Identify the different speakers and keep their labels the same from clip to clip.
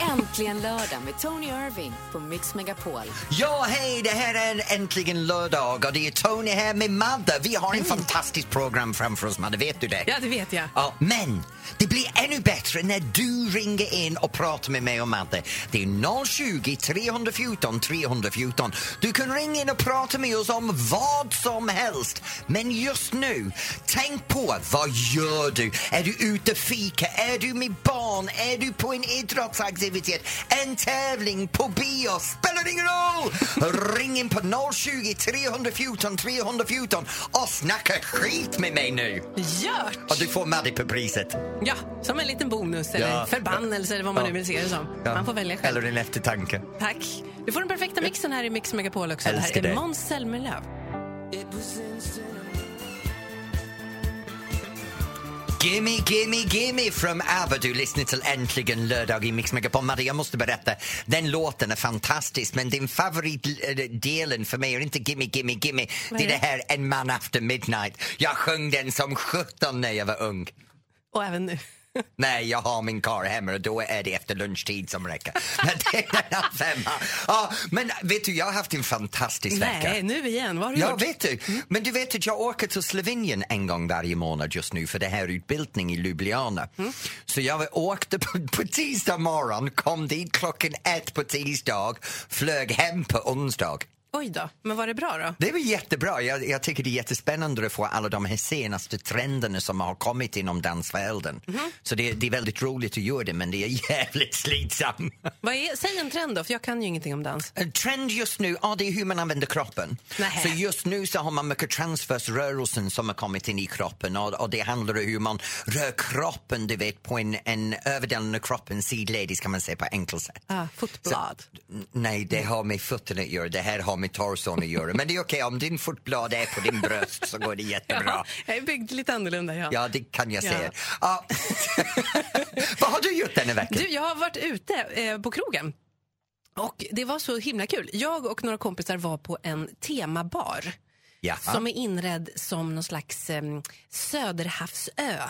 Speaker 1: Äntligen lördag med Tony Irving på Mix Megapol.
Speaker 2: Ja, hej, det här är äntligen lördag och det är Tony här med Madde. Vi har en fantastisk program framför oss, Madde, vet du det?
Speaker 3: Ja, det vet jag.
Speaker 2: Ja, men det blir ännu bättre när du ringer in och pratar med mig och Madde. Det är 020 314 314. Du kan ringa in och prata med oss om vad som helst. Men just nu, tänk på vad gör du? Är du ute fika? Är du med barn? Är du på en idrottsaktivitet? En tävling? På bio? Spelar ingen roll! Ring in på 020 314 314 och snacka skit med mig nu!
Speaker 3: Gört!
Speaker 2: Och du får Madde på priset.
Speaker 3: Ja, som en liten bonus eller
Speaker 2: Ja.
Speaker 3: förbannelse eller vad man
Speaker 2: Ja.
Speaker 3: nu vill se det som. Man får välja själv.
Speaker 2: Eller en eftertanke.
Speaker 3: Tack. Du får den perfekta mixen här i Mix Megapol också. Det
Speaker 2: Älskar
Speaker 3: här är
Speaker 2: dig.
Speaker 3: Måns Zelmerlöw.
Speaker 2: Gimme, gimme, gimme from ABBA. Du lyssnar till Äntligen lördag i Mix Megapol. Madde, jag måste berätta, den låten är fantastisk men din favoritdelen för mig är inte gimme, gimme, gimme.
Speaker 3: Vad
Speaker 2: Det
Speaker 3: är
Speaker 2: är det här En man after midnight. Jag sjöng den som 17 när jag var ung.
Speaker 3: Och även nu.
Speaker 2: Nej, jag har min kar hemma och då är det efter lunchtid som räcker. Men det är den här femman. Ja, men vet du, jag har haft en fantastisk vecka.
Speaker 3: Nej, nu igen. Vad har du
Speaker 2: Ja,
Speaker 3: gjort?
Speaker 2: vet du. Men du vet att jag åker till Slovenien en gång varje månad just nu för det här utbildning i Ljubljana. Så jag åkte på, på tisdag morgon, kom dit klockan ett på tisdag, flög hem på onsdag.
Speaker 3: Oj då. Men var det bra då?
Speaker 2: Det var jättebra. Jag, jag tycker det är jättespännande att få alla de här senaste trenderna som har kommit inom dansvärlden. Så det, det är väldigt roligt att göra det, men det är jävligt slitsamt.
Speaker 3: Vad är, säg en trend då, för jag kan ju ingenting om dans.
Speaker 2: En trend just nu, ja, det är hur man använder kroppen.
Speaker 3: Nähä.
Speaker 2: Så just nu så har man mycket transversrörelsen som har kommit in i kroppen och, och det handlar om hur man rör kroppen, du vet, på en, en överdelen av kroppen sidledes kan man säga på enkelt sätt.
Speaker 3: Ah, fotblad.
Speaker 2: N- Nej, det har med fötterna att göra, det här har med torson att göra. Men det är okej, om din fotblad är på din bröst så går det jättebra.
Speaker 3: Ja, jag är byggd lite annorlunda. Ja.
Speaker 2: Ja, det kan jag
Speaker 3: Ja.
Speaker 2: säga. Ja. Vad har du gjort denna vecka?
Speaker 3: Du, jag har varit ute eh, på krogen. Och Det var så himla kul. Jag och några kompisar var på en temabar
Speaker 2: Ja,
Speaker 3: som är inredd som någon slags em, söderhavsö.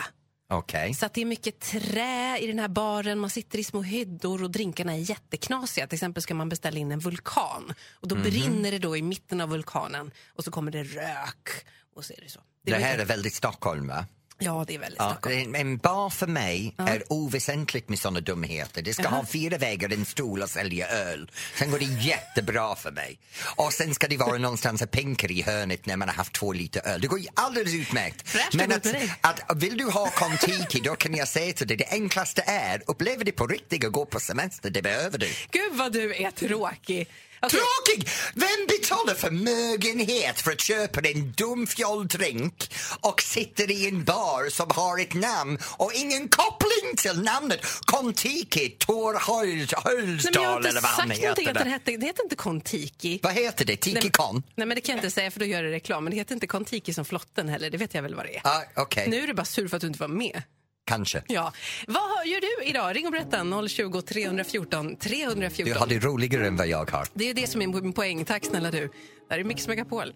Speaker 2: okej.
Speaker 3: Så att det är mycket trä i den här baren, man sitter i små hyddor och drinkarna är jätteknasiga. Till exempel ska man beställa in en vulkan och
Speaker 2: Mhm.
Speaker 3: då brinner det då i mitten av vulkanen och så kommer det rök. Och så är det så. Det
Speaker 2: Det
Speaker 3: var ju-
Speaker 2: här är väldigt Stockholm, va?
Speaker 3: Ja, det är väldigt
Speaker 2: Ja,
Speaker 3: Stockholm.
Speaker 2: en, en bar för mig är oväsentligt med såna dumheter. Det ska ha fyra väggar, en stol och sälja öl. Sen går det jättebra för mig. Och sen ska det vara någonstans att pinka i hörnet när man har haft två liter öl. Det går ju alldeles utmärkt.
Speaker 3: Fräscht
Speaker 2: Men
Speaker 3: att gå
Speaker 2: att,
Speaker 3: med
Speaker 2: att, vill du ha Kontiki då kan jag säga till dig, det enklaste är upplever det på riktigt och gå på semester, det behöver du.
Speaker 3: Gud vad du är tråkig. Alltså, Okej.
Speaker 2: Tråkig! Vem betalar förmögenhet för att köpa en dum fjolltrink och sitter i en bar som har ett namn och ingen koppling till namnet? Kontiki,
Speaker 3: Nej, men jag har
Speaker 2: Torhöjdsdal
Speaker 3: inte
Speaker 2: eller vad
Speaker 3: sagt
Speaker 2: han
Speaker 3: någonting
Speaker 2: heter.
Speaker 3: att den
Speaker 2: där.
Speaker 3: hette, det heter inte Kontiki.
Speaker 2: Vad heter det?
Speaker 3: Nej, men-
Speaker 2: Tikikon?
Speaker 3: Nej men det kan jag inte säga för då gör det reklam. Men det heter inte Kontiki som flotten heller, det vet jag väl vad det är.
Speaker 2: Ah, Okej,
Speaker 3: Nu är du bara sur för att du inte var med.
Speaker 2: kanske.
Speaker 3: Ja. Vad hör- gör du idag? Ring och berätta 020 314 314.
Speaker 2: Du har det roligare än vad jag har.
Speaker 3: Det är det som är min poäng. Tack snälla du. Det här är Mix Megapol.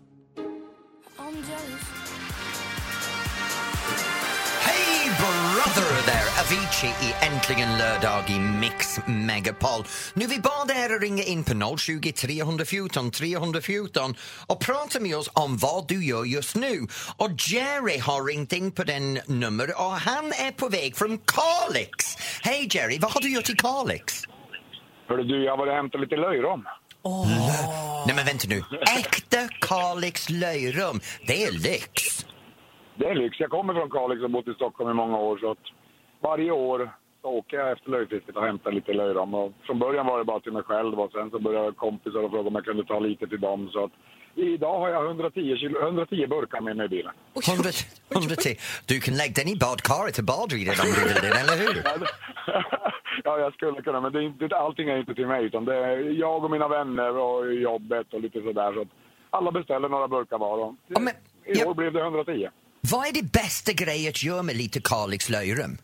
Speaker 2: Hey brother there! Avicii i Äntligen lördag i Mix Megapol. Nu vi bad er att ringa in på 020 314 314 och prata med oss om vad du gör just nu. Och Jerry har ringt in på den nummer och han är på väg från Kalix. Hej Jerry, vad har du gjort i Kalix?
Speaker 4: Hörru du, jag var och hämtade lite löjrom.
Speaker 2: Nej men vänta nu, äkta Kalix löjrum, det är lyx.
Speaker 4: Det är lyx. Jag kommer från Kalix och har bott i Stockholm i många år. Så att varje år så åker jag efter löjfisket och hämtar lite löjrom. Och från början var det bara till mig själv och sen så började kompisar och fråga om jag kunde ta lite till dem. Så att idag har jag 110, kilo, 110 burkar med mig i bilen.
Speaker 2: 100, 110. Du kan lägga den i badkaret och bada i den om du vill, eller hur?
Speaker 4: ja, jag skulle kunna, men det är inte, allting är inte till mig. Utan det är jag och mina vänner och jobbet och lite sådär. Så att alla beställer några burkar var. Och
Speaker 2: Ja, men-
Speaker 4: I år
Speaker 2: jag-
Speaker 4: blev det 110.
Speaker 2: Vad är det bästa grejen att göra med lite Kalix löjrom?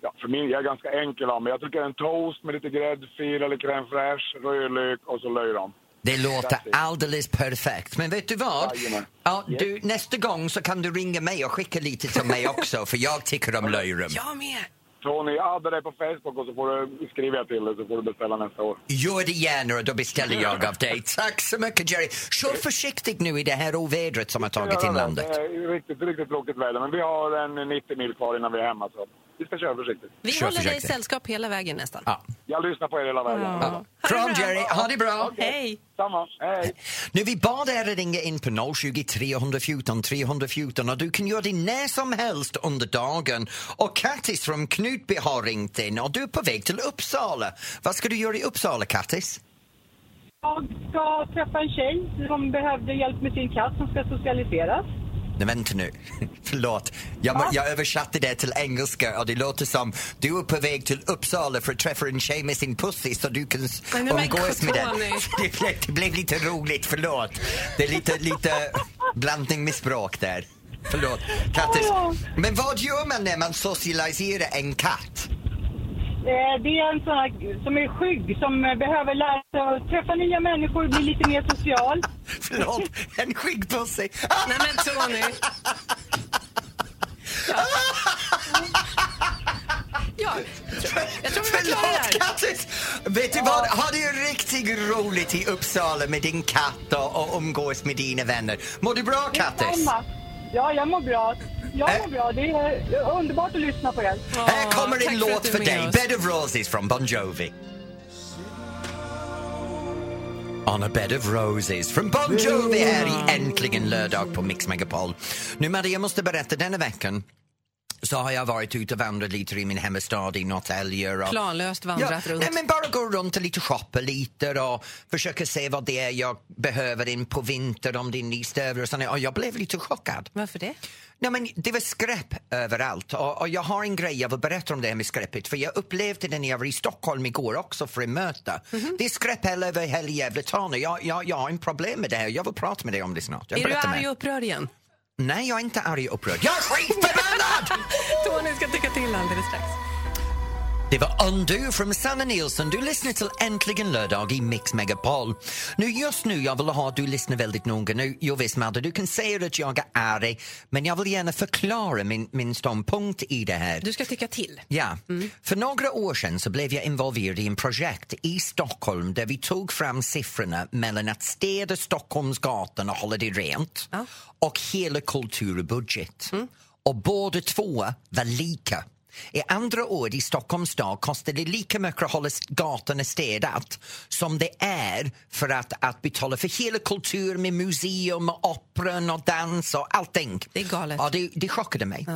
Speaker 4: Ja, för min, jag är ganska enkel av mig. Jag tycker en toast med lite gräddfil eller crème fraîche, rödlök och så löjrom.
Speaker 2: Det låter
Speaker 4: Exakt.
Speaker 2: alldeles perfekt. Men vet du vad?
Speaker 4: Jajamän.
Speaker 2: Ja, du, nästa gång så kan du ringa mig och skicka lite till mig också för jag tycker om löjrom.
Speaker 3: Jag med!
Speaker 4: Tony, adda dig på Facebook och så får du, skriver jag till dig så får du beställa nästa år.
Speaker 2: Gör det gärna och då beställer jag av dig. Tack så mycket Jerry. Kör försiktigt nu i det här ovädret som har tagit in landet.
Speaker 4: Det är riktigt, riktigt tråkigt väder, men vi har en 90 mil kvar innan vi är hemma. Så vi ska köra försiktigt.
Speaker 3: Vi
Speaker 2: Kör
Speaker 3: håller dig i
Speaker 2: försiktigt.
Speaker 3: sällskap hela vägen nästan.
Speaker 2: Ja.
Speaker 4: Jag lyssnar på er hela vägen.
Speaker 3: Ja.
Speaker 2: Kram
Speaker 3: Ha det bra.
Speaker 2: Jerry, ha det bra.
Speaker 3: Hej!
Speaker 4: Samma, hej!
Speaker 2: Nu vi bad er att ringa in på 020 314 314 och du kan göra det när som helst under dagen. Och Kattis från Knutby har ringt in och du är på väg till Uppsala. Vad ska du göra i Uppsala Kattis?
Speaker 5: Jag ska träffa en tjej som behövde hjälp med sin katt som ska socialiseras.
Speaker 2: Nej, vänta nu. Förlåt. Jag, må- jag översatte det till engelska och det låter som du är på väg till Uppsala för att träffa en tjej med sin pussy så du kan s-
Speaker 3: Nej, men
Speaker 2: umgås med den.
Speaker 3: Tony.
Speaker 2: Det blev, det blev lite roligt, förlåt. Det är lite, lite blandning med språk där. Förlåt. Kattis. Men vad gör man när man socialiserar en katt?
Speaker 5: Eh, Det är en sån här som är skygg, som eh, behöver lära sig att träffa nya människor, bli lite mer social.
Speaker 2: Förlåt, en skäggpussy. Ah,
Speaker 3: Nej men Tony! Ja. Ja, jag tror vi var klara
Speaker 2: Förlåt
Speaker 3: där.
Speaker 2: Kattis! Vet du vad, ha det riktigt roligt i Uppsala med din katt och, och umgås med dina vänner. Mår du bra Kattis?
Speaker 5: Samma. Ja, jag mår bra. Jag
Speaker 2: Eh.
Speaker 5: mår bra. Det är eh, underbart att lyssna på er.
Speaker 2: Här
Speaker 3: Ja,
Speaker 2: kommer
Speaker 3: tack
Speaker 2: en
Speaker 3: att
Speaker 2: låt
Speaker 3: du är
Speaker 2: för
Speaker 3: med
Speaker 2: dig,
Speaker 3: oss.
Speaker 2: Bed of Roses från Bon Jovi. On a bed of roses från Bon Jovi här i Äntligen lördag på Mix Megapol. Nu Maria, jag måste berätta, denna veckan så har jag varit ute och vandrat lite i min hemstad i Norrtälje. och-
Speaker 3: Planlöst vandrat runt.
Speaker 2: Nej, men bara gå runt och lite shoppa lite och försöka se vad det är jag behöver in på vinter om det är nystövlar och sånt. där. Och jag blev lite chockad.
Speaker 3: Varför det?
Speaker 2: Nej, men det var skräp överallt och, och jag har en grej jag vill berätta om det här med skräpet för jag upplevde det när jag var i Stockholm igår också för ett möte.
Speaker 3: Mhm.
Speaker 2: Det är skräp hela över hela jävla stan och jag, jag, jag har en problem med det här jag vill prata med dig om det snart. Jag
Speaker 3: Är du
Speaker 2: berättar
Speaker 3: arg
Speaker 2: mer.
Speaker 3: och upprörd igen?
Speaker 2: Nej, jag är inte arg och upprörd. Jag är skitförbannad!
Speaker 3: Tony ska tycka till alldeles strax.
Speaker 2: Det var Undo från Sanna Nilsson. Du lyssnar till Äntligen lördag i Mix Megapol. Nu just nu, jag vill ha att du lyssnar väldigt noga nu. Jo, visst, Madde, du kan säga att jag är arg, men jag vill gärna förklara min, min ståndpunkt i det här.
Speaker 3: Du ska tycka till.
Speaker 2: Ja. För några år sedan så blev jag involverad i en projekt i Stockholm där vi tog fram siffrorna mellan att städa Stockholmsgatan och hålla det rent och hela kulturbudget. Och båda två var lika. I andra ord, i Stockholms stad kostar det lika mycket att hålla gatorna städat som det är för att, att betala för hela kultur med museum, och operan och dans och allting.
Speaker 3: Det är galet.
Speaker 2: Ja, det, det chockade mig.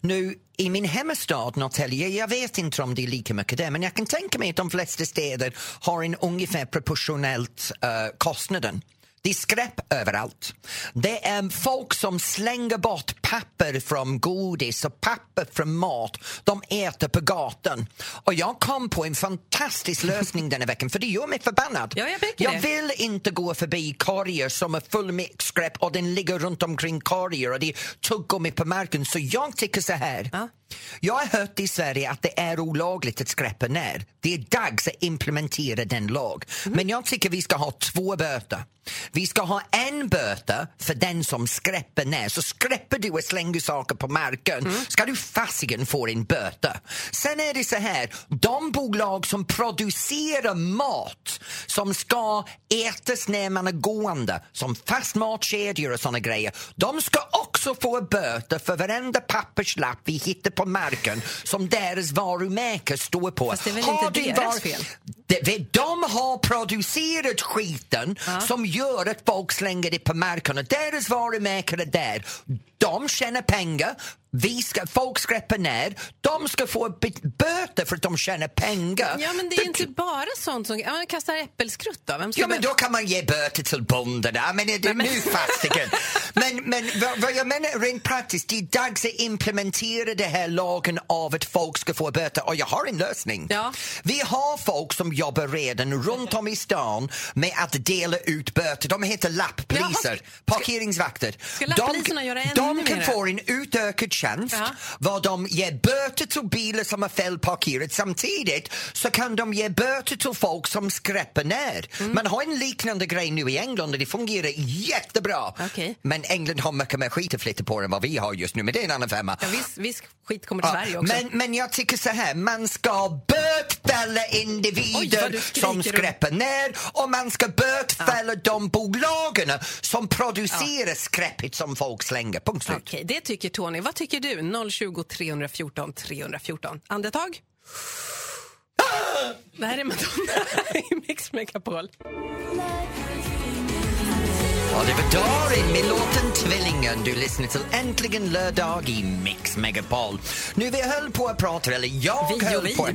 Speaker 2: Nu, i min hemstad Norrtälje, jag vet inte om det är lika mycket där men jag kan tänka mig att de flesta städer har en ungefär proportionellt eh, kostnaden. Det är skräp överallt. Det är folk som slänger bort papper från godis och papper från mat. De äter på gatan. Och jag kom på en fantastisk lösning denna veckan för det gör mig förbannad.
Speaker 3: Ja, jag märker
Speaker 2: jag
Speaker 3: det.
Speaker 2: vill vill inte gå förbi korgar som är full med skräp och den ligger runt omkring korgar och det är tuggummi på marken. Så jag tycker så här. Jag har hört i Sverige att det är olagligt att skräpa ner. Det är dags att implementera den lag. Men jag tycker vi ska ha två böter. Vi ska ha en böter för den som skräpper ner. Så skräpper du och slänger saker på marken
Speaker 3: Mm.
Speaker 2: ska du fasiken få en böter. Sen är det så här, de bolag som producerar mat som ska ätas när man är gående, som fastmatkedjor och såna grejer, de ska också få böter för varenda papperslapp vi hittar på marken som deras varumärke står på.
Speaker 3: Fast det är väl inte
Speaker 2: du
Speaker 3: deras fel?
Speaker 2: det- det- De har producerat skiten som gör att folk slänger det på marken och deras varumärken är där. De tjänar pengar, vi ska, folk skräpar ner, de ska få bit- böter för att de tjänar pengar.
Speaker 3: Ja, men det är inte bara sånt som... Ja, man kastar äppelskrutt då. Vem ska
Speaker 2: Ja, men då kan man ge böter till bonden. Ja, men är det nu fasiken? men men vad, vad jag menar rent praktiskt, det är dags att implementera den här lagen av att folk ska få böter. Och jag har en lösning.
Speaker 3: Ja.
Speaker 2: Vi har folk som jobbar redan runt om i stan med att dela ut böter. De heter lapppoliser,
Speaker 3: Jaha, ska-
Speaker 2: parkeringsvakter.
Speaker 3: ska lapppoliserna göra ännu
Speaker 2: de kan
Speaker 3: mera?
Speaker 2: få en utökad färdtjänst
Speaker 3: Ja.
Speaker 2: vad de ger böter till bilar som är felparkerade. Samtidigt så kan de ge böter till folk som skräpar ner.
Speaker 3: Mm.
Speaker 2: Man har en liknande grej nu i England och det fungerar jättebra.
Speaker 3: Okej.
Speaker 2: Men England har mycket mer skit att flytta på än vad vi har just nu, men det är en annan femma.
Speaker 3: Ja, viss, viss skit kommer till
Speaker 2: Ja,
Speaker 3: Sverige också.
Speaker 2: Men, men jag tycker så här, man ska bötfälla
Speaker 3: Oj, vad
Speaker 2: individer
Speaker 3: du skriker
Speaker 2: som
Speaker 3: och-
Speaker 2: skräpar ner och man ska bötfälla de bolagen som producerar skräpet som folk slänger. Punkt slut.
Speaker 3: Okej, det tycker Tony. Vad tycker du? 020 314 314. Andetag. Det här är Madonna i Mix Megapol.
Speaker 2: Ja, det var Darin med låten Tvillingen. Du lyssnar till Äntligen lördag i Mix Megapol. Nu vi höll på att prata, eller jag
Speaker 3: Vi och
Speaker 2: höll
Speaker 3: vi.
Speaker 2: på,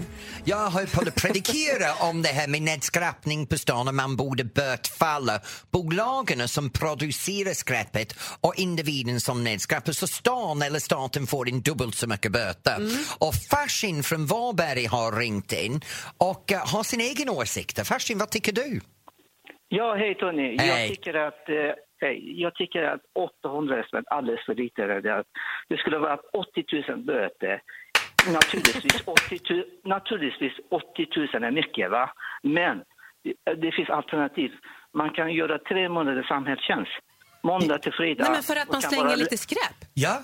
Speaker 2: jag höll på att predikera om det här med nedskräpning på stan och man borde bötfalla bolagen som producerar skräpet och individen som nedskräpar. Så stan eller staten får in dubbelt så mycket böter.
Speaker 3: Mm.
Speaker 2: Och Farsin från Varberg har ringt in och eh, har sin egen åsikt. Farsin, vad tycker du?
Speaker 6: Ja, hej Tony.
Speaker 2: Hej.
Speaker 6: Jag tycker att, eh, hej. jag tycker att 800 spänn är alldeles för lite. Det är att Det skulle vara 80 000 böter. Naturligtvis 80 000, naturligtvis 80 000 är mycket, va? Men det, det finns alternativ. Man kan göra tre månader samhällstjänst. Måndag till fredag.
Speaker 3: Nej, men för att
Speaker 6: Och
Speaker 3: man
Speaker 6: kan
Speaker 3: slänger
Speaker 6: vara-
Speaker 3: lite skräp.
Speaker 2: Ja,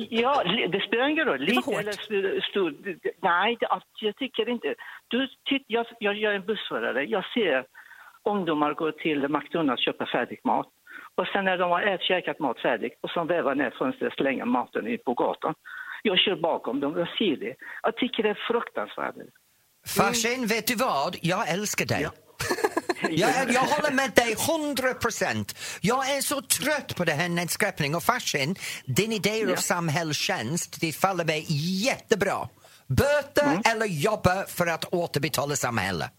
Speaker 6: Ja, li- det spelar ingen roll.
Speaker 3: var
Speaker 6: Lite
Speaker 3: hårt.
Speaker 6: eller st- stor. d- Nej, det, att- jag tycker inte... Du, titt, jag, jag, jag är en bussförare. Jag ser ungdomar gå till McDonalds och köpa färdig mat. Och sen när de har ät, käkat mat färdig och sen vävar ner fönstret och slänger maten ut på gatan. Jag kör bakom dem, jag ser det. Jag tycker det är fruktansvärt.
Speaker 2: Farsin, vet du vad? Jag älskar dig.
Speaker 6: Ja.
Speaker 2: Jag, jag håller med dig 100 procent. Jag är så trött på det här nedskräpning och fashion. Din idé om
Speaker 6: Ja.
Speaker 2: samhällstjänst, det faller mig jättebra. Böter eller jobba för att återbetala samhället.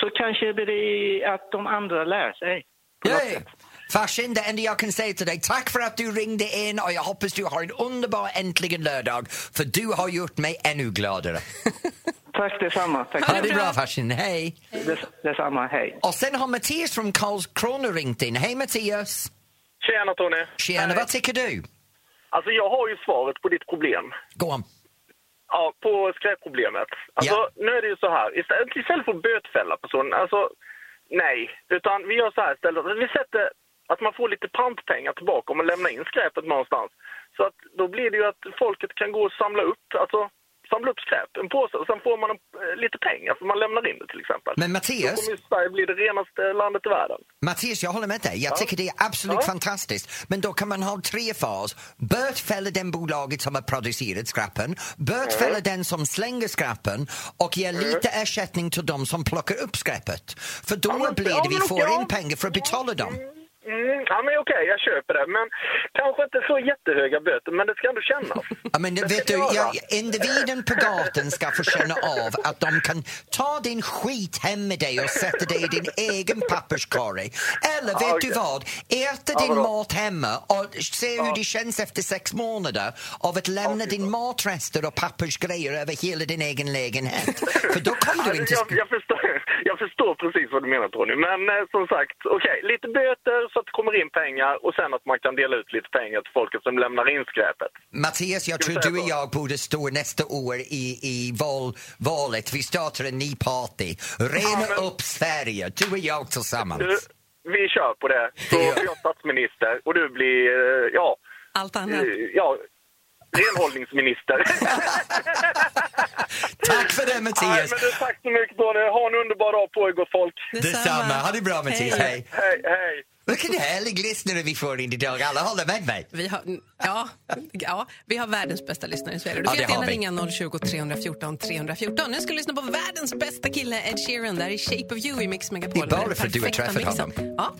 Speaker 6: Så kanske blir det att de andra lär sig. på något
Speaker 2: Yay.
Speaker 6: sätt.
Speaker 2: Farsin, det enda jag kan säga till dig, tack för att du ringde in och jag hoppas du har en underbar äntligen lördag för du har gjort mig ännu gladare.
Speaker 6: Tack detsamma. Tack.
Speaker 2: Ha det bra farsin, hej!
Speaker 6: Dets, detsamma, hej.
Speaker 2: Och sen har Mattias från Karlskrona ringt in. Hej Mattias!
Speaker 7: Tjena Tony!
Speaker 2: Tjena, vad tycker du?
Speaker 7: Alltså jag har ju svaret på ditt problem.
Speaker 2: Gå on.
Speaker 7: Ja, på skräpproblemet. Alltså
Speaker 2: Ja.
Speaker 7: nu är det ju så här, istället, istället för att bötfälla personen, alltså nej. Utan vi gör så här istället, vi sätter att man får lite pantpengar tillbaka om man lämnar in skräpet någonstans. Så att då blir det ju att folket kan gå och samla upp, alltså samla upp skräp, en påse, och sen får man en, eh, lite pengar för man lämnar in det till exempel.
Speaker 2: Men
Speaker 7: Då
Speaker 2: Mattias,
Speaker 7: kommer ju Sverige bli det renaste landet i världen.
Speaker 2: Mattias, jag håller med dig. Jag tycker det är absolut
Speaker 7: Ja.
Speaker 2: fantastiskt. Men då kan man ha tre fas. Bötfälla den bolaget som har producerat skrappen, bötfälla
Speaker 7: Mm.
Speaker 2: den som slänger skrappen och ge lite ersättning till de som plockar upp skräpet. För då
Speaker 7: Ja, men-
Speaker 2: blir
Speaker 7: ja,
Speaker 2: det vi
Speaker 7: men
Speaker 2: får
Speaker 7: okej,
Speaker 2: in
Speaker 7: ja.
Speaker 2: pengar för att betala dem.
Speaker 7: Mm, ja, men okej, jag köper det. Men kanske inte så jättehöga böter, men det ska ändå kännas.
Speaker 2: Ja, men
Speaker 7: Det
Speaker 2: vet
Speaker 7: ska
Speaker 2: du,
Speaker 7: jag
Speaker 2: jag,
Speaker 7: göra.
Speaker 2: individen på gatan ska få känna av att de kan ta din skit hem med dig och sätta dig i din egen papperskorg. Eller vet
Speaker 7: Ja,
Speaker 2: du
Speaker 7: okej.
Speaker 2: vad? Äta din
Speaker 7: vadå?
Speaker 2: mat hemma och se hur det känns efter sex månader av att lämna din matrester och pappersgrejer över hela din egen lägenhet. För då kommer du
Speaker 7: Alltså,
Speaker 2: inte...
Speaker 7: jag, jag, förstår, jag förstår precis vad du menar Tony, men eh, som sagt, okej, lite böter så att det kommer in pengar och sen att man kan dela ut lite pengar till folket som lämnar in skräpet.
Speaker 2: Mattias, jag
Speaker 7: Ska vi
Speaker 2: tror
Speaker 7: säga
Speaker 2: du och
Speaker 7: så?
Speaker 2: jag borde stå nästa år i, i val, valet. Vi startar en ny party. Rena
Speaker 7: men-
Speaker 2: upp Sverige, du och jag tillsammans.
Speaker 7: Du, vi kör på det, så blir jag statsminister och du blir, eh, ja,
Speaker 3: Allt annat.
Speaker 6: Mm.
Speaker 7: eh, ja renhållningsminister.
Speaker 2: Tack för det
Speaker 7: Nej,
Speaker 2: Mattias!
Speaker 7: men du, tack så mycket Tony, ha en underbar dag på er gott folk.
Speaker 2: Detsamma! Ha det bra Mattias, hej!
Speaker 7: Hej, hej!
Speaker 2: Vilken härlig lyssnare vi får in idag, alla håller med mig.
Speaker 3: Vi har, ja, ja, vi har världens bästa lyssnare i Sverige. Du
Speaker 2: Ja,
Speaker 3: kan
Speaker 2: det har
Speaker 3: gärna
Speaker 2: vi.
Speaker 3: ringa 020 314 314. Nu ska du lyssna på världens bästa kille Ed Sheeran. Där i Shape of You i Mix Megapol.
Speaker 2: Det är bara
Speaker 3: med den
Speaker 2: för att du har
Speaker 3: perfekta
Speaker 2: träffat
Speaker 3: mixen. Ja.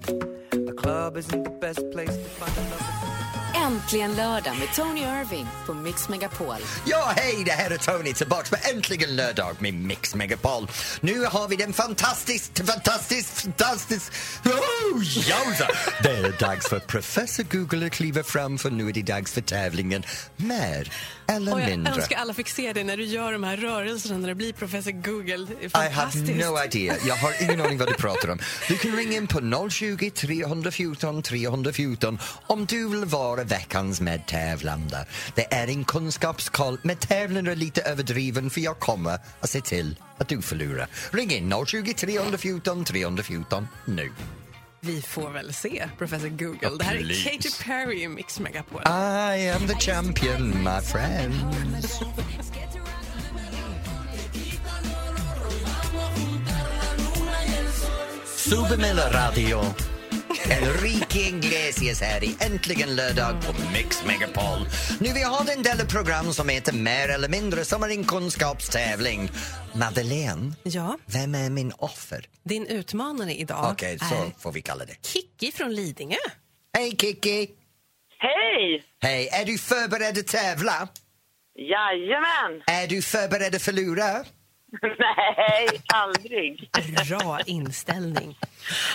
Speaker 1: Äntligen lördag med Tony Irving på Mix Megapol.
Speaker 2: Ja, hej, det här är Tony tillbaks med Äntligen lördag med Mix Megapol. Nu har vi den fantastiskt, fantastiskt, fantastiskt... Oh, jausa. det är dags för professor Google att kliva fram för nu är det dags för tävlingen med eller
Speaker 3: Och jag
Speaker 2: mindre.
Speaker 3: önskar alla fick se det när du gör de här rörelserna när det blir professor Google. Det är
Speaker 2: I have
Speaker 3: fantastiskt.
Speaker 2: no idea. Jag har ingen aning vad du pratar om. Du kan ringa in på 020 314 314 om du vill vara veckans medtävlande. Det är en kunskapskoll, men tävlingen är lite överdriven för jag kommer att se till att du förlorar. Ring in 020 314 314 nu.
Speaker 3: Vi får väl se professor Google. det här
Speaker 2: please. Ah.
Speaker 3: är Katy Perry i Mix Megapol.
Speaker 2: I am the champion, my friend. Supermiller Radio. Enrique Iglesias här i Äntligen lördag på Mix Megapol. Nu vi har en del program som heter Mer eller mindre som är en kunskapstävling. Madeleine,
Speaker 3: Ja,
Speaker 2: vem är min offer?
Speaker 3: din utmanare idag
Speaker 2: Okej,
Speaker 3: är
Speaker 2: så får vi kalla det.
Speaker 3: Kikki från Lidingö.
Speaker 2: Hej Kiki!
Speaker 8: Hej!
Speaker 2: Hej, är du förberedd att tävla?
Speaker 8: Jajamän!
Speaker 2: Är du förberedd att förlora?
Speaker 8: Nej, aldrig.
Speaker 3: Bra inställning.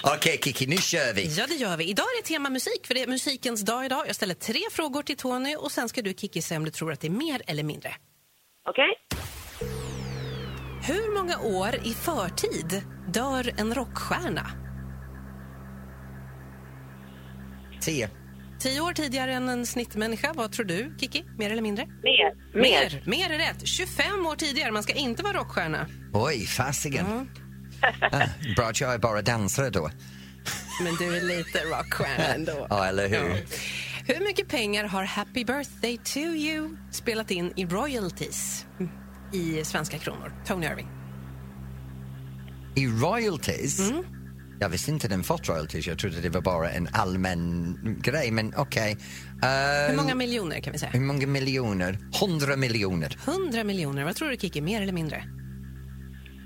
Speaker 2: Okej Kiki, nu kör vi.
Speaker 3: Ja, det gör vi. Idag är det tema musik, för det är musikens dag idag. Jag ställer tre frågor till Tony och sen ska du, Kikki, se om du tror att det är mer eller mindre.
Speaker 8: Okej?
Speaker 3: Hur många år i förtid dör en rockstjärna?
Speaker 2: Tio.
Speaker 3: Tio år tidigare än en snittmänniska. Vad tror du, Kiki? Mer eller mindre?
Speaker 8: Mer. Mer.
Speaker 3: Mer är rätt. 25 år tidigare. Man ska inte vara rockstjärna.
Speaker 2: Oj, fasiken.
Speaker 8: Mm.
Speaker 2: Ah, bra att jag är bara dansare då.
Speaker 3: Men du är lite rockstjärna ändå.
Speaker 2: Ja, eller hur?
Speaker 3: Hur mycket pengar har Happy birthday to you spelat in i royalties Mm. i svenska kronor? Tony Irving.
Speaker 2: I royalties?
Speaker 8: Mm.
Speaker 2: Jag visste inte den fått royalties. Jag trodde det var bara en allmän grej, men okej. Eh,
Speaker 3: Hur många miljoner kan vi säga?
Speaker 2: hur många miljoner? Hundra miljoner.
Speaker 3: 100 miljoner. Vad tror du, Kiki? Mer eller mindre?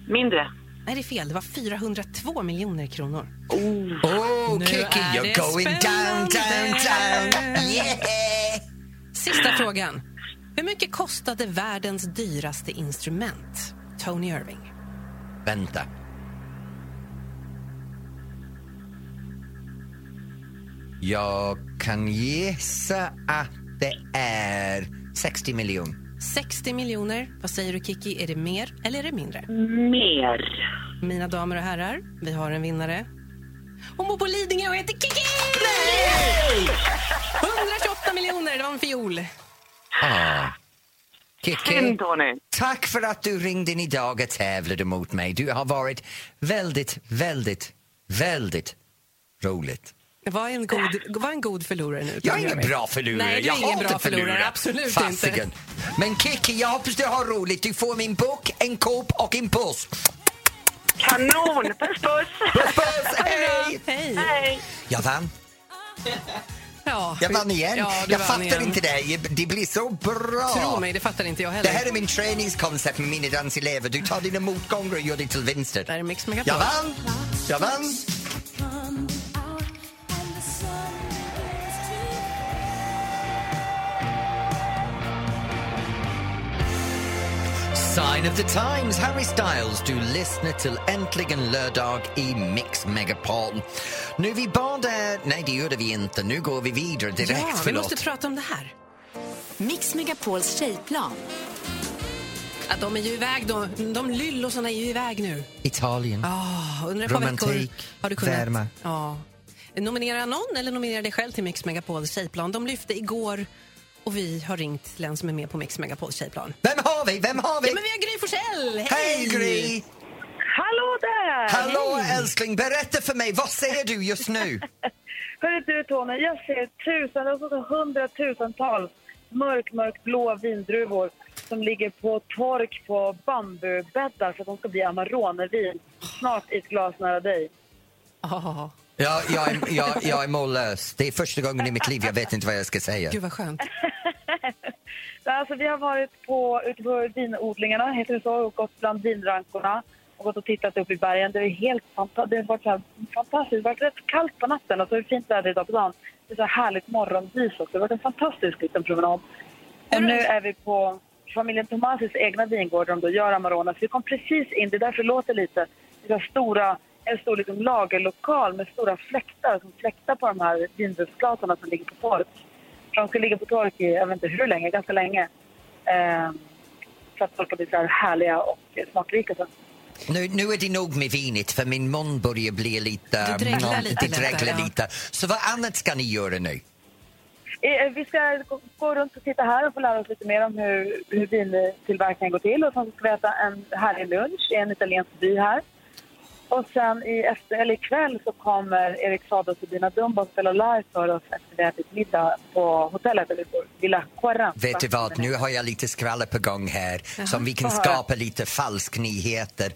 Speaker 8: Mindre.
Speaker 3: Nej, det är fel. Det var 402 miljoner kronor.
Speaker 2: Oh,
Speaker 3: Mm. Nu
Speaker 2: Kiki,
Speaker 3: är
Speaker 2: you're
Speaker 3: det
Speaker 2: going down, down,
Speaker 3: spännande.
Speaker 2: down! Yeah!
Speaker 3: Sista frågan. Hur mycket kostade världens dyraste instrument? Tony Irving.
Speaker 2: Vänta. Jag kan gissa att det är 60 miljoner.
Speaker 3: 60 miljoner. Vad säger du, Kiki? Är det mer eller är det mindre?
Speaker 8: Mer.
Speaker 3: Mina damer och herrar, vi har en vinnare. Hon bor på Lidingö och heter Kiki! 128 miljoner, det var en fiol.
Speaker 2: Ah. Kiki,
Speaker 8: Synd, Tony.
Speaker 2: tack för att du ringde in idag och tävlade mot mig. Du har varit väldigt, väldigt, väldigt roligt.
Speaker 3: Var en god, var en god förlorare nu.
Speaker 2: Jag är ingen bra förlorare.
Speaker 3: Nej, du är
Speaker 2: jag
Speaker 3: ingen
Speaker 2: hatar
Speaker 3: bra förlorare,
Speaker 2: förlorare.
Speaker 3: absolut
Speaker 2: Fasiken.
Speaker 3: inte.
Speaker 2: Men Kiki, jag hoppas du har roligt. Du får min bok, en kopp och en puss.
Speaker 8: Kanon! Puss, puss!
Speaker 2: Puss, puss, hej!
Speaker 3: Hej!
Speaker 8: Hej!
Speaker 2: Jag vann.
Speaker 3: Ja,
Speaker 2: Jag vann igen.
Speaker 3: Ja, du
Speaker 2: jag
Speaker 3: vann
Speaker 2: fattar
Speaker 3: igen.
Speaker 2: inte det. här. Det blir så bra.
Speaker 3: Tro mig, det fattar inte jag
Speaker 2: Det
Speaker 3: heller.
Speaker 2: här är min träningskoncept med mina danselever. Du tar dina motgångar och gör det till vinster.
Speaker 3: Det här är Mix Megapol.
Speaker 2: Jag vann! Jag vann! Sign of the times, Harry Styles. Du lyssnar till Äntligen lördag i Mix Megapol. Nu vi bad... eh, Nej, det gjorde vi inte. Nu går vi vidare direkt.
Speaker 3: Ja, vi
Speaker 2: förlåt.
Speaker 3: måste prata om det här.
Speaker 1: Mix Megapols tjejplan.
Speaker 3: Ja, de är ju iväg, de, de lyllosarna är ju iväg nu.
Speaker 2: Italien.
Speaker 3: Oh, under ett par
Speaker 2: Romantik,
Speaker 3: veckor har du kunnat...
Speaker 2: värme.
Speaker 3: Ja. Nominera någon eller nominera dig själv till Mix Megapols tjejplan. De lyfte igår och vi har ringt till en som är med på Mix Megapols tjejplan.
Speaker 2: Vem har vi? Vem har vi?
Speaker 3: Ja, men vi har Gry Forssell!
Speaker 2: Hej, Gry!
Speaker 8: Hallå där!
Speaker 2: Hallå, älskling. Berätta för mig, vad säger du just nu?
Speaker 9: Hörru du Tony, jag ser tusen, alltså hundratusentals mörk, mörk blå vindruvor som ligger på tork på bambubäddar för att de ska bli Amaronevin snart i ett glas nära dig.
Speaker 3: Ja,
Speaker 2: Ja, jag, är, jag, jag är mållös. Det är första gången i mitt liv jag vet inte vad jag ska säga.
Speaker 3: gud vad skönt.
Speaker 9: Alltså, vi har varit på, ute på vinodlingarna, heter det så, och gått bland vinrankorna och gått och tittat upp i bergen. Det är helt fanta- det har varit så här fantastiskt. Det har varit rätt kallt på natten och så är det fint väder idag på dagen. Det är så här härligt morgondis också. Det har varit en fantastisk liten promenad. Och nu är vi på familjen Tomasis egna vingård där de då gör Amarone. Så vi kom precis in, det är därför det låter lite, det är så stora, en stor liksom lagerlokal med stora fläktar som fläktar på de här vindruvsflatorna som ligger på tork. För De ska ligga på tork i, jag vet inte hur länge, ganska länge. Eh, så att folk blir så här härliga och eh, smakrika. Så.
Speaker 2: Nu, nu är det nog med vinet för min mun börjar bli lite...
Speaker 3: Det dreglar
Speaker 2: Ja,
Speaker 3: lite
Speaker 2: det dreglar
Speaker 3: lättare, ja.
Speaker 2: lite. Så vad annat ska ni göra nu?
Speaker 9: Eh, eh, Vi ska gå- gå runt och titta här och få lära oss lite mer om hur, hur vintillverkningen går till. Och sen ska vi äta en härlig lunch i en italiensk by här. Och sen i efter, eller ikväll så kommer Erik Saade och Sabina Dumba och spela live för oss efter vi har ätit middag på hotellet, eller på Villa Quarant.
Speaker 2: Vet du vad, nu har jag lite skvaller på gång här som vi kan
Speaker 9: Vad har
Speaker 2: skapa lite falsk nyheter.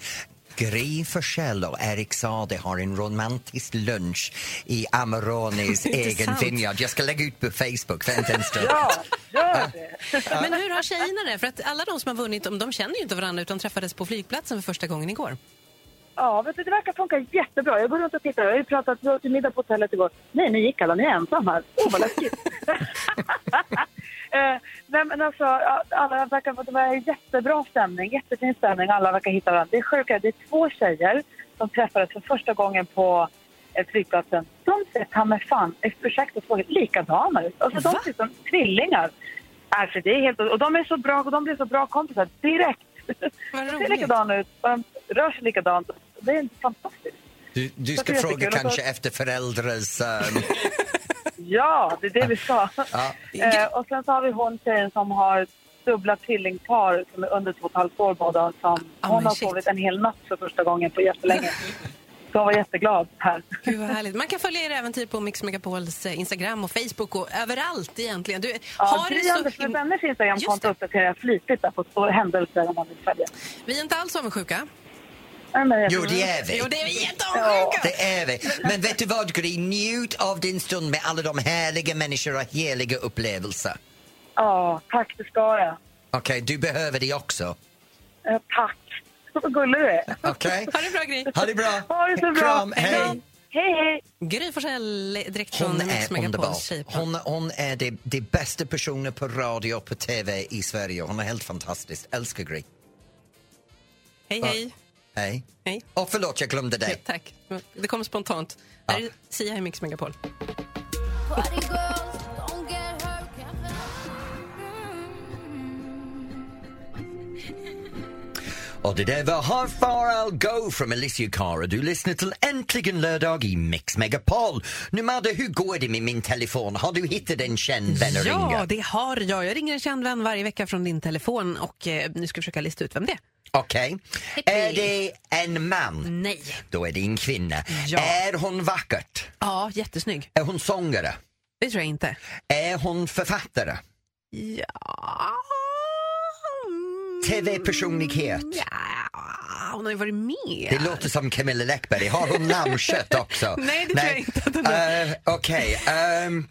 Speaker 2: Gry Forssell och Erik Saade har en romantisk lunch i Amarones
Speaker 3: Inte
Speaker 2: egen
Speaker 3: sant.
Speaker 2: vineyard. Jag ska lägga ut på Facebook, vänta en stund.
Speaker 9: Ja, gör det!
Speaker 3: Men hur har tjejerna det? För att alla de som har vunnit, de, de känner ju inte varandra utan träffades på flygplatsen för första gången igår.
Speaker 9: Ja, vet du, det verkar funka jättebra. Jag går runt och tittar. Jag har ju pratat, vi åt ju middag på hotellet igår. Nej, nu gick alla. Ni är ensam här. Åh, vad läskigt. eh, nej, men alltså, ja, alla verkar, det var jättebra stämning, jättefin stämning. Alla verkar hitta varandra. Det är sjuka, det är två tjejer som träffades för första gången på eh, flygplatsen. De ser ta mig fan, eh, ursäkta språket, likadana ut. Alltså, de
Speaker 3: Va?
Speaker 9: ser ut som tvillingar. Alltså, det är helt, och de är så bra, och de blir så bra kompisar direkt.
Speaker 3: Vad
Speaker 9: De ser
Speaker 3: roligt.
Speaker 9: likadana ut och de rör sig likadant. Det är fantastiskt.
Speaker 2: Du, du
Speaker 9: Jag
Speaker 2: ska
Speaker 9: tycker
Speaker 2: fråga
Speaker 9: jättekul att-
Speaker 2: kanske efter föräldrars... ehm,
Speaker 9: Ja, det är det vi ska.
Speaker 2: ja.
Speaker 9: Eh, och sen så har vi hon tjejen som har dubbla tvillingpar som är under två och ett halvt år båda. Som,
Speaker 3: Ah,
Speaker 9: hon
Speaker 3: men
Speaker 9: har
Speaker 3: shit.
Speaker 9: sovit en hel natt för första gången på jättelänge. Så hon var jätteglad här.
Speaker 3: Gud vad härligt. Man kan följa er äventyr på Mix Megapols eh, Instagram och Facebook och överallt egentligen. Du,
Speaker 9: Ja,
Speaker 3: har det
Speaker 9: Gry Anders
Speaker 3: så
Speaker 9: med
Speaker 3: him-
Speaker 9: vänners
Speaker 3: Just
Speaker 9: Instagramkonto
Speaker 3: det.
Speaker 9: uppdaterar jag flitigt där på stora händelser om man vill följa.
Speaker 3: Vi är inte alls avundsjuka.
Speaker 9: Nej, men jag-
Speaker 2: Jo, det är vi.
Speaker 3: Jo, det är vi jätteavundsjuka!
Speaker 2: Det är vi. Men vet du vad, Gry? Njut av din stund med alla de härliga människor och härliga upplevelser.
Speaker 9: Ja, tack det ska jag.
Speaker 2: Okej, du behöver det också.
Speaker 9: Eh, Tack. Vad gullig du är.
Speaker 2: Okej?
Speaker 3: Ha det bra, Gry.
Speaker 2: Ha det bra!
Speaker 9: Ha det så bra.
Speaker 2: Kram, hej!
Speaker 9: Hej, hej.
Speaker 3: Gry Forssell, direkt från
Speaker 2: Hon
Speaker 3: Mix
Speaker 2: är underbar.
Speaker 3: Megapols tjejplan.
Speaker 2: Hon, hon är det, det bästa personen på radio och på tv i Sverige. Hon är helt fantastisk. Älskar Gry.
Speaker 3: Hej, hej.
Speaker 2: Hej.
Speaker 3: Hej.
Speaker 2: Och förlåt, jag glömde
Speaker 3: Ja,
Speaker 2: dig.
Speaker 3: tack. Det kom spontant. Där är Sia i Mix Megapol.
Speaker 2: Och det där var How far I'll go from Alicia Cara. Du lyssnar till Äntligen lördag i Mix Megapol. Nu Madde, hur går det med min telefon? Har du hittat en känd vän att
Speaker 3: Ja,
Speaker 2: ringa?
Speaker 3: det har jag. Jag ringer en känd vän varje vecka från din telefon och eh, nu ska vi försöka lista ut vem det är.
Speaker 2: Okej. Är det en man?
Speaker 3: Nej.
Speaker 2: Då är det en kvinna.
Speaker 3: Ja.
Speaker 2: Är hon vackert?
Speaker 3: Ja, jättesnygg.
Speaker 2: Är hon sångare?
Speaker 3: Det tror jag inte.
Speaker 2: Är hon författare?
Speaker 3: Ja... mm,
Speaker 2: TV-personlighet?
Speaker 3: Ja, hon har ju varit med.
Speaker 2: Det låter som Camilla Läckberg. Har hon lammkött också?
Speaker 3: Nej, det tror jag inte att hon
Speaker 2: Eh, Okej. ehm,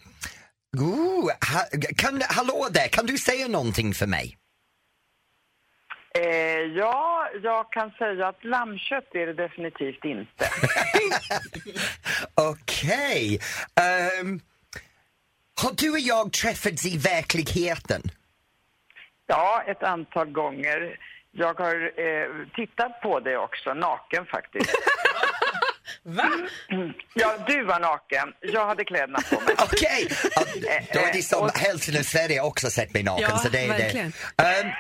Speaker 2: oh, ha, kan, hallå där, kan du säga någonting för mig?
Speaker 8: Eh, ja, jag kan säga att lammkött är det definitivt inte.
Speaker 2: Okej. ehm, har du och jag träffats i verkligheten?
Speaker 8: Ja, ett antal gånger. Jag har eh, tittat på det också, naken faktiskt. Va? Ja, du var naken. Jag hade kläderna på mig.
Speaker 2: Okej! Ja, Då är det som
Speaker 8: och-
Speaker 2: hälften av Sverige har också sett mig naken.
Speaker 3: Eh, Ja,
Speaker 2: så det är
Speaker 3: verkligen.
Speaker 2: Det.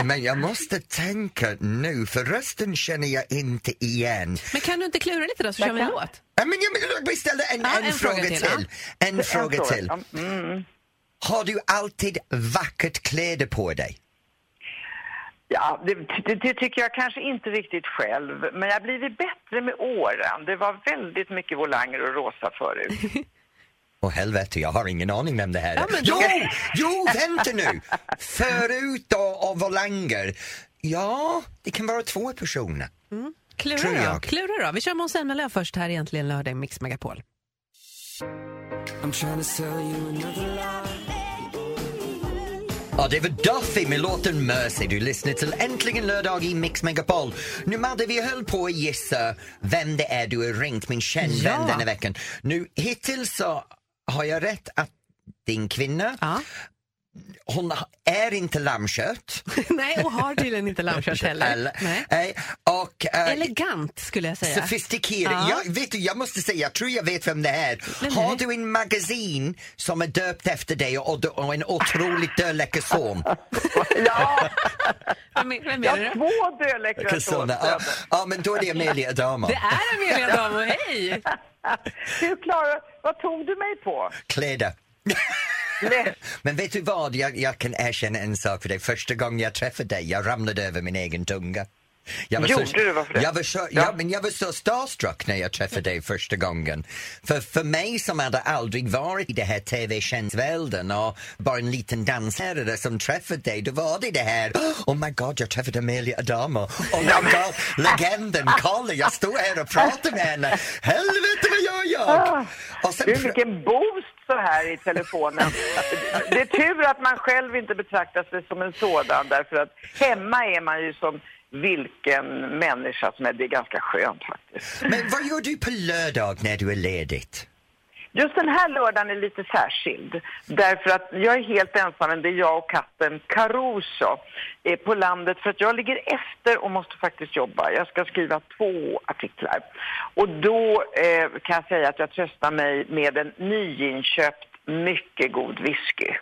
Speaker 2: Ehm, men jag måste tänka nu, för rösten känner jag inte igen.
Speaker 3: Men kan du inte klura lite då så kör vi en låt?
Speaker 2: Ja, Men jag vill ställa en,
Speaker 3: Ja,
Speaker 2: en, fråga, till. En fråga till.
Speaker 8: Ja, Mm.
Speaker 2: Har du alltid vackert kläder på dig?
Speaker 8: Ja, det, det, det tycker jag kanske inte riktigt själv, men jag har blivit bättre med åren. Det var väldigt mycket volanger och rosa förut.
Speaker 2: Åh helvete, jag har ingen aning vem det här är.
Speaker 3: Ja, men
Speaker 2: jo,
Speaker 3: då-
Speaker 2: jo, vänta nu! Förut då, av Volanger, ja, det kan vara två personer. Tror
Speaker 3: Klura då.
Speaker 2: jag.
Speaker 3: Klura då. Vi kör Måns Zelmerlöw först här egentligen lördag i Mix Megapol.
Speaker 2: Ja, det var Duffy med låten Mercy. Du lyssnar till Äntligen lördag i Mix Megapol. Nu Madde, vi höll på att gissa vem det är du har ringt, min kännvän
Speaker 3: Ja.
Speaker 2: denna veckan. Nu, hittills så har jag rätt att det är en kvinna.
Speaker 3: Ja.
Speaker 2: hon är inte lammkött.
Speaker 3: Nej, och har tydligen inte lammkött heller. Nej.
Speaker 2: Nej. Och, eh,
Speaker 3: Elegant skulle jag säga.
Speaker 2: Sofistikerad.
Speaker 3: Ja.
Speaker 2: Jag, vet du, jag måste säga, jag tror jag vet vem det är.
Speaker 3: Vem är
Speaker 2: Har
Speaker 3: det?
Speaker 2: du en magasin som är döpt efter dig och, och en otroligt dödläcker son?
Speaker 8: Ja,
Speaker 3: Vem är- vem
Speaker 8: jag
Speaker 3: är det
Speaker 8: har
Speaker 3: då?
Speaker 8: två dödläckor att
Speaker 2: Såna. Ja,
Speaker 8: åt.
Speaker 2: ja, men då är det Amelia Dama.
Speaker 3: Det är Amelia Damo, hej!
Speaker 8: Hur klarar... Vad tog du mig på?
Speaker 2: Kläder.
Speaker 8: Lätt.
Speaker 2: Men vet du vad, jag, jag kan erkänna en sak för dig. Första gången jag träffade dig, jag ramlade över min egen tunga. Jag
Speaker 8: Gjorde du? Varför det?
Speaker 2: Jag var, så, ja, men jag var så starstruck när jag träffade dig första gången. För, för mig som hade aldrig varit i det här tv-tjänstvälden och bara en liten danslärare som träffade dig, då var det det här Oh my god, jag träffade Amelia Adamo. Oh my god, legenden, kolla jag står här och pratar med henne. Helvete vad gör jag? Och sen
Speaker 8: Ah, Du,
Speaker 2: pr-
Speaker 8: vilken boost så här i telefonen. Det är tur att man själv inte betraktar sig som en sådan därför att hemma är man ju som vilken människa som är. Det är ganska skönt faktiskt.
Speaker 2: Men vad gör du på lördag när du är ledigt?
Speaker 8: Just den här lördagen är lite särskild därför att jag är helt ensam, men det är jag och katten Caruso eh, på landet för att jag ligger efter och måste faktiskt jobba. Jag ska skriva två artiklar och då eh, kan jag säga att jag tröstar mig med en nyinköpt mycket god whisky.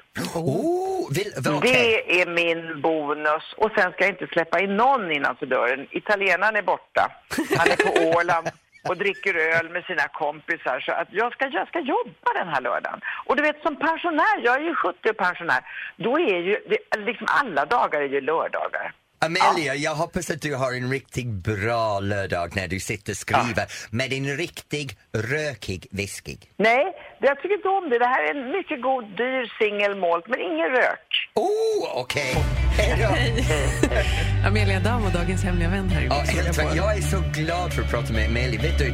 Speaker 2: Oh, vill, okej.
Speaker 8: Det är min bonus. Och sen ska jag inte släppa in någon innanför dörren. Italienaren är borta. Han är på Åland och dricker öl med sina kompisar. Så att jag, ska, jag ska jobba den här lördagen. Och du vet, som pensionär, jag är ju 70 och pensionär, då är ju det, liksom alla dagar är ju lördagar.
Speaker 2: Amelia, jag hoppas att du har en riktigt bra lördag när du sitter och skriver med en riktig rökig whisky.
Speaker 8: Nej, det- jag tycker inte om det. Det här är en mycket god, dyr single malt, men ingen rök.
Speaker 2: Oh, okej! Hej då.
Speaker 3: Amelia Damo, dagens hemliga vän här i
Speaker 2: Ja,
Speaker 3: Mix
Speaker 2: helt
Speaker 3: Megapol.
Speaker 2: rätt. Jag är så glad för att prata med Amelia. Vet du,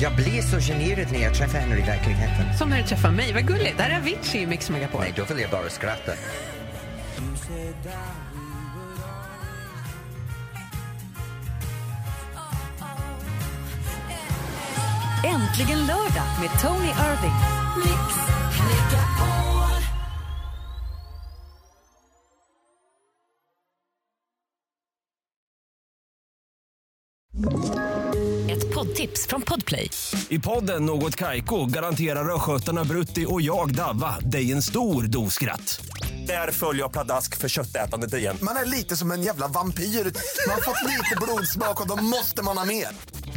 Speaker 2: jag blir så generad när jag träffar henne i verkligheten.
Speaker 3: Som när du träffar mig, vad gulligt. Där är Avicii i Mix Megapol.
Speaker 2: Nej, då vill jag bara skratta.
Speaker 1: Äntligen lördag med Tony Irving. Ett poddtips från Podplay.
Speaker 10: I podden Något Kaiko garanterar östgötarna Brutti och jag, Davva, dig en stor dos skratt. Där följer jag pladask för köttätandet igen.
Speaker 11: Man är lite som en jävla vampyr. Man har fått lite blodsmak och då måste man ha mer.